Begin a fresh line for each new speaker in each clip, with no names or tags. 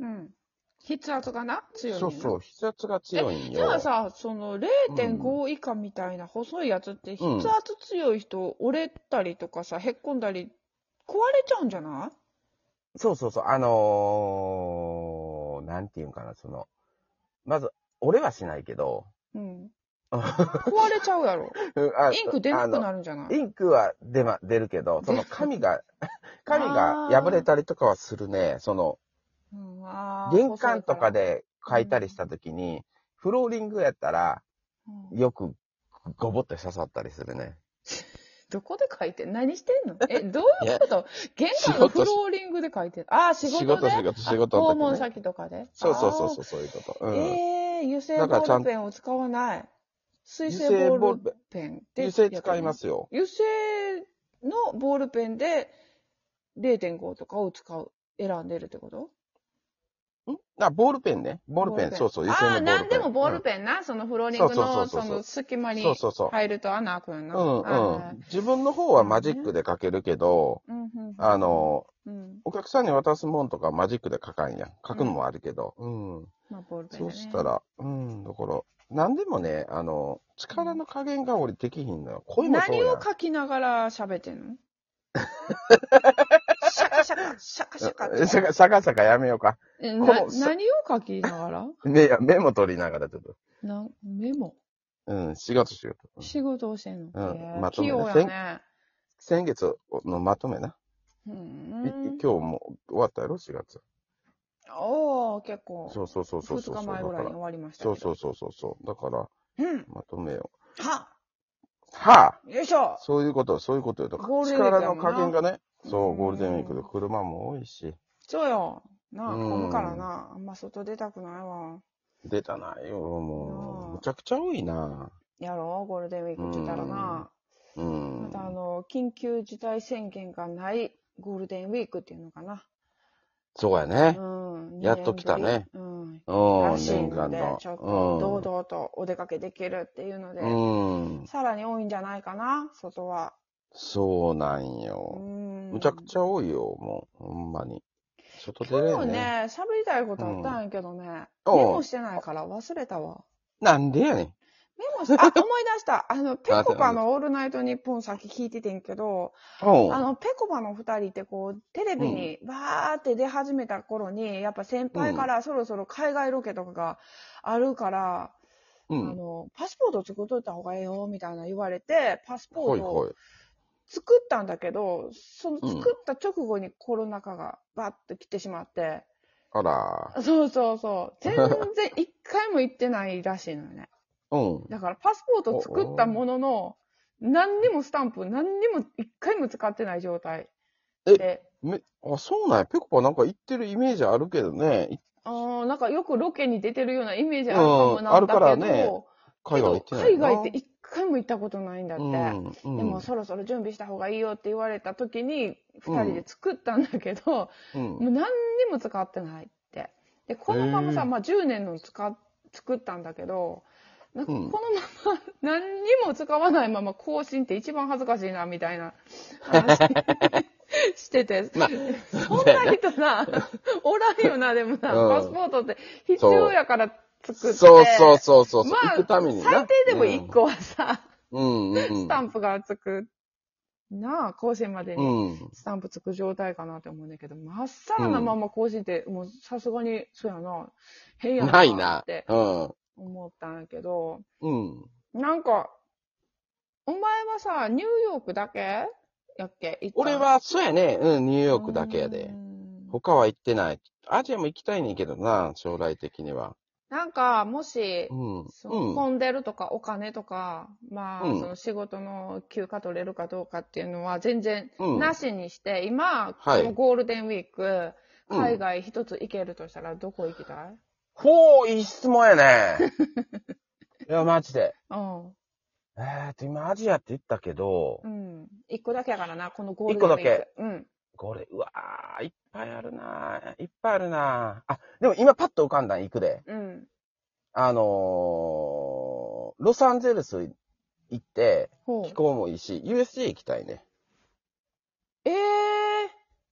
うん。筆圧がな、強い
そう
ねんな
そう、筆圧が強いん
じゃ
よ
あ。さ、その0.5以下みたいな細いやつって、
うん
筆圧強い人折れたりとかさ、へっこんだり、壊れちゃうんじゃない
そうそうそう、あのー、なんていうんかな、その、まず、俺はしないけど、
うん。
うん
壊れちゃうやろ。
あ
インク出なく
あ
なるんじゃな
の
い
インクは出,、ま、出るけど、そ の紙が、紙が破れたりとかはするね。その、
うんあー
玄関とか、で
ら
書いたりしたときに、フローリングやったら、
細いからうん
よくゴボって刺さったりするね。
どこで書いてん何してんのえ、どういうこと玄関のフローリングで書いてる。ああ、仕事で
仕事、仕
あ
事、仕
訪
事の
問
時ね。
先とかで。
そうそうそうそう、そういうこと。
あ
う
ー。
ん。
ええー、油性
だ
ボ
からちゃ
ー
ん
ルペンを使わない。水性
油性ボ
ボ
ー
ー
ル
ル
ペ
ペ
ン
ンで。
油性使いま。すよ。
油性のボールペンで0.5とかを使う、選んでるってこと
んあ、ボールペンね。ボールペン、そうそう、油
ああー、
性のボールペン。
なんでもボールペンな、そのフローリング
そう
の、
そうそう
そ
そう
の隙間
うん
に
そうそうそう。
入ると穴開くよな。
うん
あ
うん。自分の方はマジックで書けるけど、
ーうんうんうん
あ、の、
うん。
お客さんに渡すもんとかマジックで書かんやん。書くのもあるけど。うん。
まあ、ボールペンだね
そうした。ら、うん、だから、なんでもね、あの、力の加減が俺できひんのよ。声もそう
何
やん
を書きながら喋ってん のシャカシャカ、シャカシャカって
さか、さかさかやめようか。
え
こ
な
のさ
何を書きなが ら
メメモ取りながらちょっと。
なんメモ
うん、仕事しようと。
仕事をしてんの、
うん
へー
まと
器
め
用
な
やね。
先月のまとめな。
うん
い今日も終わったやろ ?4 月。
おお結構。
そうそうそうそうそう。
2日前ぐらいに終わりましたけ
そ
ど。
うそうそうそうそう。だから、
うん。
まとめよう。
は
は
よいしょ
あそういうこと、そういうことよ。だか
ゴー
ら
ルデンウィークや
力の
もんな
加減がね。そうう、
ん
ゴールデンウィークで車も多いし。
そうよ。なあ、
うん
混むからな。あんま外出たくないわ。
出たなよ、も
なあ
う。むちゃくちゃ多いな。
やろゴールデンウィークって言ったらな。
うん。
またあの、緊急事態宣言がないゴールデンウィークっていうのかな。
そうや
う
ね。
ん。
やっと来たね
二年ぶり。うん。
うん、
らしい
念
の
願
で
の、。
ちょっと堂々とお出かけできるっていうので、
うん。うん。
さらに多いんじゃないかな、外は。
そうなん
う
よ。
ん。
むちゃくちゃ多いよ、もう。ほんまに。外出れ
今
ん
日
ね。
ね、喋りたいことあったんやけどね、
うん
メモしてないから忘れたわ。
なんでやねん。
メモし、あ、思い出した。あの、ぺこぱのオールナイトニッポンさっき聞いててんけど、
うん。
あの、ぺこぱの二人ってこう、テレビにバーって出始めた頃に、やっぱ先輩からそろそろ海外ロケとかがあるから、
う
あ
ん。
の、パスポート作っといた方がええよ、みたいな言われて、パスポ
ほ
ー
い
ト
ほ
を
い。
作ったんだけど、その
うん
作った直後にコロナ禍がバッと来てしまって、
あら。
そうそうそう。全然一回も行ってないらしいのよ ね。
うん。
だからパスポート作ったものの、何にもスタンプ、何にも一回も使ってない状態
え
で、
め、あ、そうなんや。ぺこぱなんか行ってるイメージあるけどね。い
あーなんかよくロケに出てるようなイメージあるかも
うん
な
あ
ん
る
だ
か
け
ら
ど、
ね海外行って
けど
な
海
いよな。
外って一回も行ったことないんだって。
うん。うん。
でもそろそろ準備した方がいいよって言われた時に、二人で作ったんだけど、
うん。
もう何にも使ってないって。で、このまま
へー
さ、まあ10年の使っ作ったんだけど、なんかこ
う
の
ん
まま何にも使わないまま更新って一番恥ずかしいな、みたい な話してて。
まあ
そんな人な、おらんよな、でもな、
う
パ
ん
スポートって必要やから作って。
そうそうそうそう。
まあ
行くためにな。
最低でも1個はさ、
うん。うん。うん
スタンプがつく。なあ、更新までに
うん。
スタンプつく状態かなって思うんだけど、まっさらなまま更新って、もうさすがに、そうやな、変や
ない
な
な
っ。て
うん。
思ったんやけど、
うん。
なんか、お前はさ、ニューヨークだけやっけ
俺、は、そうやね。うん、ニューヨークだけやで。
うーん
他は行ってない。アジアも行きたいねんけどな、将来的には。
なんか、もし
う、ん。うん。
その混んでるとかお金とか、まあ、
うん
その仕事の休暇取れるかどうかっていうのは全然
うん
なしにして、今、
はい
このゴールデンウィーク、
うん
海外一つ行けるとしたらどこ行きたい、
ほう、いい質問 やね。いや、マジで。
うん、
えーっと、今、アジアって言ったけど
う、ん。一個だけやからな、このゴールデンウィーク。
一個だ
うん。
これ、うわー、いっぱいあるないっぱいあるなあ、でも今パッと浮かんだん行くで。
うん。
あのー、ロサンゼルス行って、
ほう
気。候もいいし、USJ 行きたいね。
えー、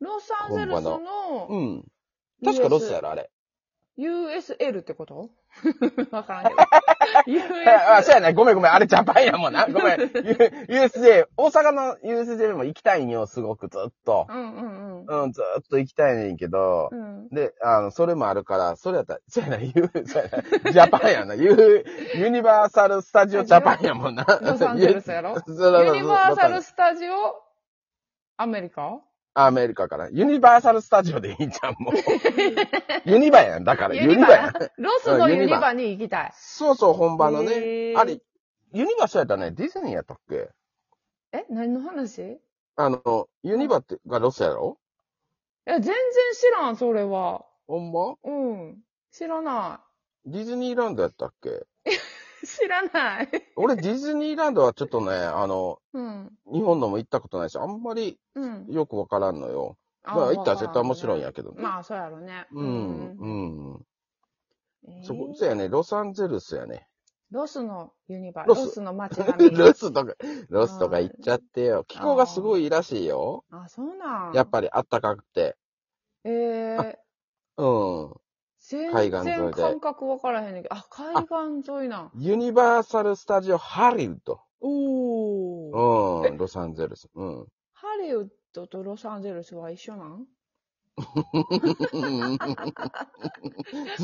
ロサンゼルスの
うん。確かロスやろ、あれ。
USL ってこと わからん けど。
あ、そう
USL。
やね。ごめんごめん。あれジャパンやもんな。ごめん。U- USJ、大阪の USJ も行きたいんよ、すごく、ずっと。
うんうんうん。
うん、ずっと行きたいねんけど。
うん。
で、あの、それもあるから、それやったら、そうやな、U、そうやな、ジャパンやな、ユ、ユニバーサル・スタジオ・ジャパンやもんな。
ロサンゼルスやろ
そうそうそう
ユニバーサ
ロサン
ル・スタジオ、アメリカ
アメリカから。ユニバーサル・スタジオでいいんじゃん、もう。ユニバやん、だから、ユニバやん。
ロスの
うんユ
ユ
ニバ
ニバに行きたい。
そうそう、本場の
へ
ね。
ー
あれ、ユニバーそうやったね、ディズニーやったっけ
え何の話い
あの、ユニバって、がロスやろ
や、全然知らん、それは。
ほんま
うん。知らな
ディズニーランドやったっけ
い。 知らない。
俺、ディズニーランドはちょっとね、あの、
うん。
日本のも行ったことないし、あんまり
うん。
よくわからんのよ。だ
あ
から行ったら絶対面白いん。
わ
やけど
か
ね。
らんねまあ、そうやろね。
うん、うん。
うん。
そこ、
え
そ
ー
うやね、ロサンゼルスやね。
ロスのユニバ、
ロ
ロ
ス
スの街並み。
ロスとか、ロスとか行っちゃってよ。気候がすごいいいらしいよ。
あ、そうなん。
やっぱりあったかくて。
えー、
うん。
全
海岸沿い
然
で
感覚わからへんねんけど、あ、海岸沿いなん。
ユニバーサル・スタジオ・ハリウッド。
おー。
うん、ロサンゼルス。うん。
ハリウッドとロサンゼルスは一緒なん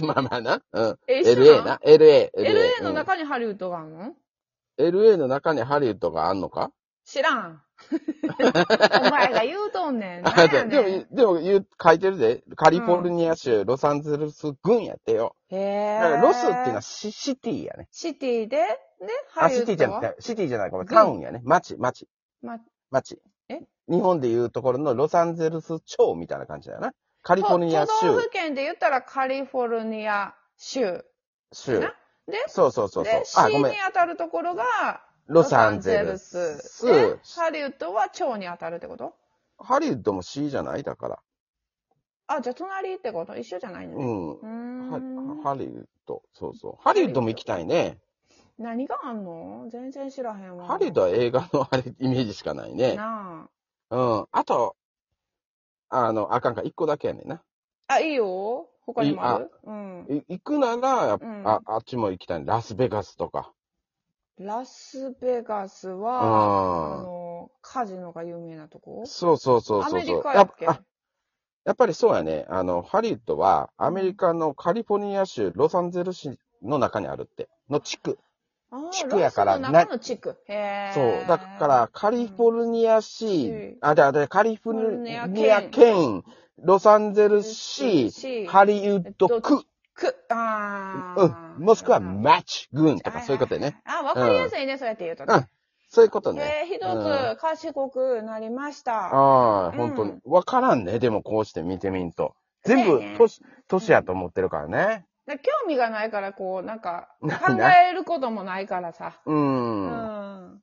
まあまあな。うん。
え、一緒
LA
なん
な。LA。
LA の
うん
中にハリウッドがあるの
LA の中にハリウッドがあんのか
知ら ん。お前が言うとんねん。
あ
なんや
で
ねん
でも、でも言う、書いてるで。カリフォルニア州、ロサンゼルス郡やってよ。
へ
だ
え
か。らロスっていうのはシシティやね。
シティで、ね、ハ
あ、
リウッドは
シティじゃなくて、シティじゃない、これ
郡
タウンやね。町、町、
ま、
町。
え
日本でいうところのロサンゼルス町みたいな感じだよな。カリフォルニア州
都、都道府県で言ったらカリフォルニア州。
州。
なで
そうそうそうそう
で、。
あ、
市
ごめん
に。当たるところが、
ロサンゼル
ロサンゼル
ス
ス。で、ハリウッドは町に当たるってこと
ハリウッドも C じゃないだから。
あ、じゃあ隣ってこと一緒じゃないの
う
ね。
ん。
うー
は
ん。
ハリウッド。そうそう。ハリウッドも行きたいね。
何があんの全然知らへんわ。
ハリウッドは映画のあれ、イメージしかないね。
な
うん。あと、あの、あかんか、一個だけやねんな。
あ。あ、いいよ。他にもあるうん。
い行くなら、やっぱ
うん
あ、あっちも行きたいね。ラスベガスとか。
ラスベガスは、あ
う
の、カジノが有名なとこ
ん。そうそうそうそうそ
ア
う。
メリカや
や
っ
っ
け
あやっぱりそうやね。あの、ハリウッドは、アメリカのカリフォルニア州、ロサンゼルス市の中にあるって。の地区。
あー
地区やから
ロスの中の地区。へえ。
そう。だから、カリフォルニア市、
うん
あ、で、あで、カリフォルニア県、ロサンゼルス市、
市
ハリウッド区、
区。ああ。
うん、もしくは
うん
マッチ郡とか、そういうことやね。。
あ、わかりやすいね、そうやって言うと
うん
ね。
そういうことね。
で、ひ
う
どく賢くなりました。
ああ、
うん
本当に。わからんね。でもこうして見てみんと。全
そう
部
やね
都市、都市やと思ってるからね。
で興味がないから、こう、なんか、考
ない
えることもないからさ。
うん。
う
あ、
ん。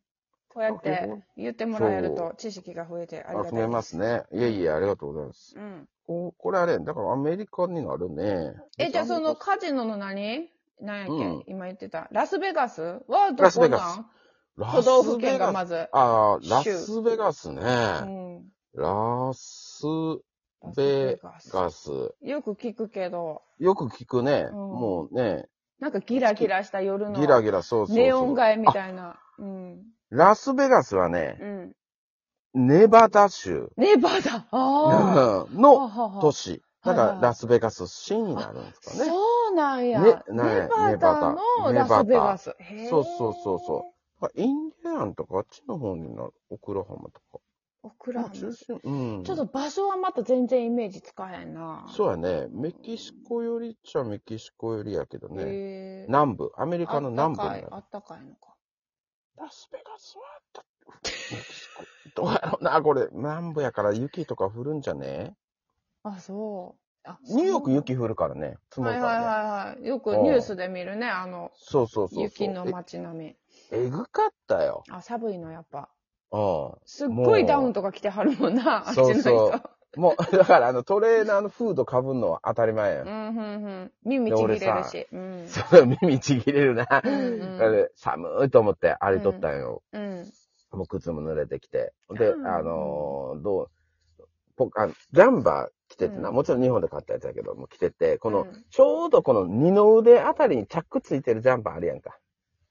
こうやって言ってもらえると知識が増えてありがたい
決めますね。いえいえ、ありがとうございます。
うん。
ここれあれ、だからアメリカになるね。
え、じゃあそのカジノの何何やっけ、
うん
今言ってた。ラスベガスはど
ラス
こ
ベガス
なん
ラ
都道
スベガス、
府県がまず。
ああ、
州
ラスベガス
う
ね。
ん。
ラス
ラス
ベ
ベガス。
ガス。
よく聞くけど、
よく聞くね。
うん
もうね、
なんかギラギラした夜
ギラ
の
ギラ、そうそうそう。
ネオン街みたいな。うん。
ラスベガスはね、
うん。
ネバダ州
ネバダあ あ。
うん
は
の
はは
都市。だか
はい
ら
はい
ラスベガス市になるんですかね。
そうなんや。
ねなんや
ネバダのラ
ネバダ
スベガス。へえ
そうそうそうそインディアンとかあっちの方になる。オクラハマとか。
オクラハマ
中
ち
心。うん。
ょっと場所はまた全然イメージつかへんな。
そうやね。メキシコよりっちゃメキシコよりやけどね。
へえ。
南部、アメリカの南部に
あ
な
った
る
かい。あ。ったかいのか。
ラスベガスはあった。メキシコどうやろうな、これ。南部やから雪とか降るんじゃね
あ、そう。あ
ニューヨーク
そう
雪降るからね。積も
は
る
い
か
は
らね。
いはいはい。よくニュースで見るね、あの、
そうそうそうそう。
雪の街並み。
ええぐかったよ。
あ、寒いの、やっぱ。
う
すっご
もう
いダウンとか着てはるもんな、あっち
そ
の
う
人。
そうん。もう、だ からあの、トレーナーのフード被んのは当たり前や。
うんん、うん、うん。耳ちぎれるし。うん。
そう、耳ちぎれるな。
うんうん
あれ寒いと思って歩いとったんよ。
うん。
もう靴も濡れてきて。で、
うん
あのーどう、ポあジャンバ着ててな、
うん
もちろん日本で買ったやつやけど、もう着てて、この、
うん
ちょうどこの二の腕あたりにチャックついてるジャンパーあるやんか。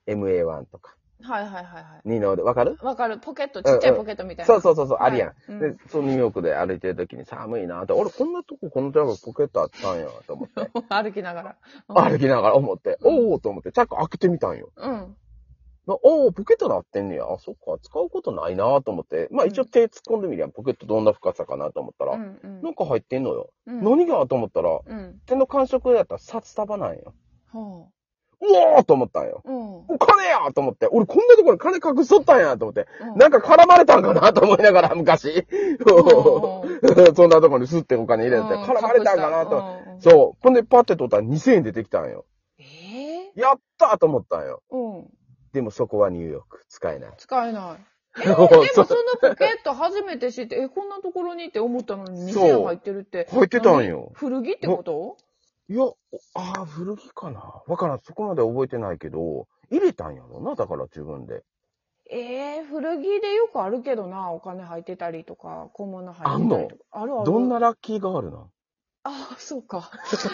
MA1 とか。
はいはいはいは
二の腕、わかる
い。わかる。ポケット、ちっちゃいポケットみたいな。
そうそうそうそう、
はい
あるやん。
う
で、そのニューヨークで歩いてる時に寒いなって、俺こんなとここのジャンパーポケットあったんや と思って、
歩きながら。
歩きながら思って、おおと思ってチャック開けてみたんよ。
うん。
なおおポケットなってんねや。あ、そっか、使うことないなと思って、まあ一応手突っ込んでみりゃポケットどんな深さかなと思ったら、
うんうん
なんか入ってんのよ。
うん。
何がと思ったら、
うん。
手の感触やったら札束なんよ。
ほ
うわーと思ったんよ。
う。うん。
お金やと思って、俺こんなところに金隠しとったんやと思って、
うん
なんか絡まれたんかなと思いながら昔。
うん
そんなところにスッてお金入れ
う
て、
ん
絡まれたんかなと。
うんうん
そう。ほんでパッて取ったら2000円出てきたんよ。
ええ
やったーと思ったんよ。
うん。
でもそこはニューヨーク。使えない。
使えない。
でも
でもそのポケット初めて知って、え、こんなところにって思ったのに
そう
2000円入ってるって。
入ってたんよ。
古着ってこと
いや、おああ、古着かな。わからん。そこまで覚えてないけど、入れたんやろな。だから自分で。
ええ古着でよくあるけどな、お金入ってたりとか、小物入ってたりとか。あるある。
どんなラッキーがあるな。
あ、そうか。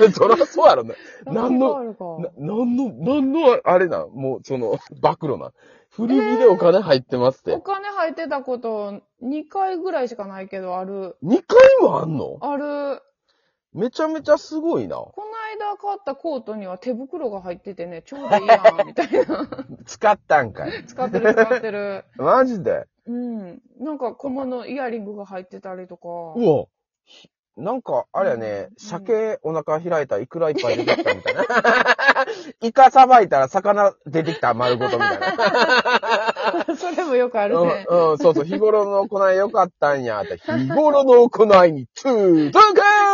そらそうやろね。何の
ラッキーがある
な
か、
なんの、なんの、あれなん、もう、その、暴露なん。古着でお金入ってますっ
お
て。
金入ってたこと2回ぐらいしかないけど、ある。
二2回もあんの
ある。
めちゃめちゃすごいな。
こないだ買ったコートには手袋が入っててね、ちょうどいいな、みたいな。
使ったんかい。
使ってる使って る。
マジで。
うん。なんか小物、イヤリングが入ってたりとか。
うわ。なんか、あれやね
う、ん
鮭、お腹開いたらいくらいっぱい出てきたみたいな。 イカさばいたら魚出てきた丸ごとみたい な。
それもよくあるね。
うん、うん、そうそう、日頃の行い良かったんや、って。日頃の行いに、トゥー、トゥーカ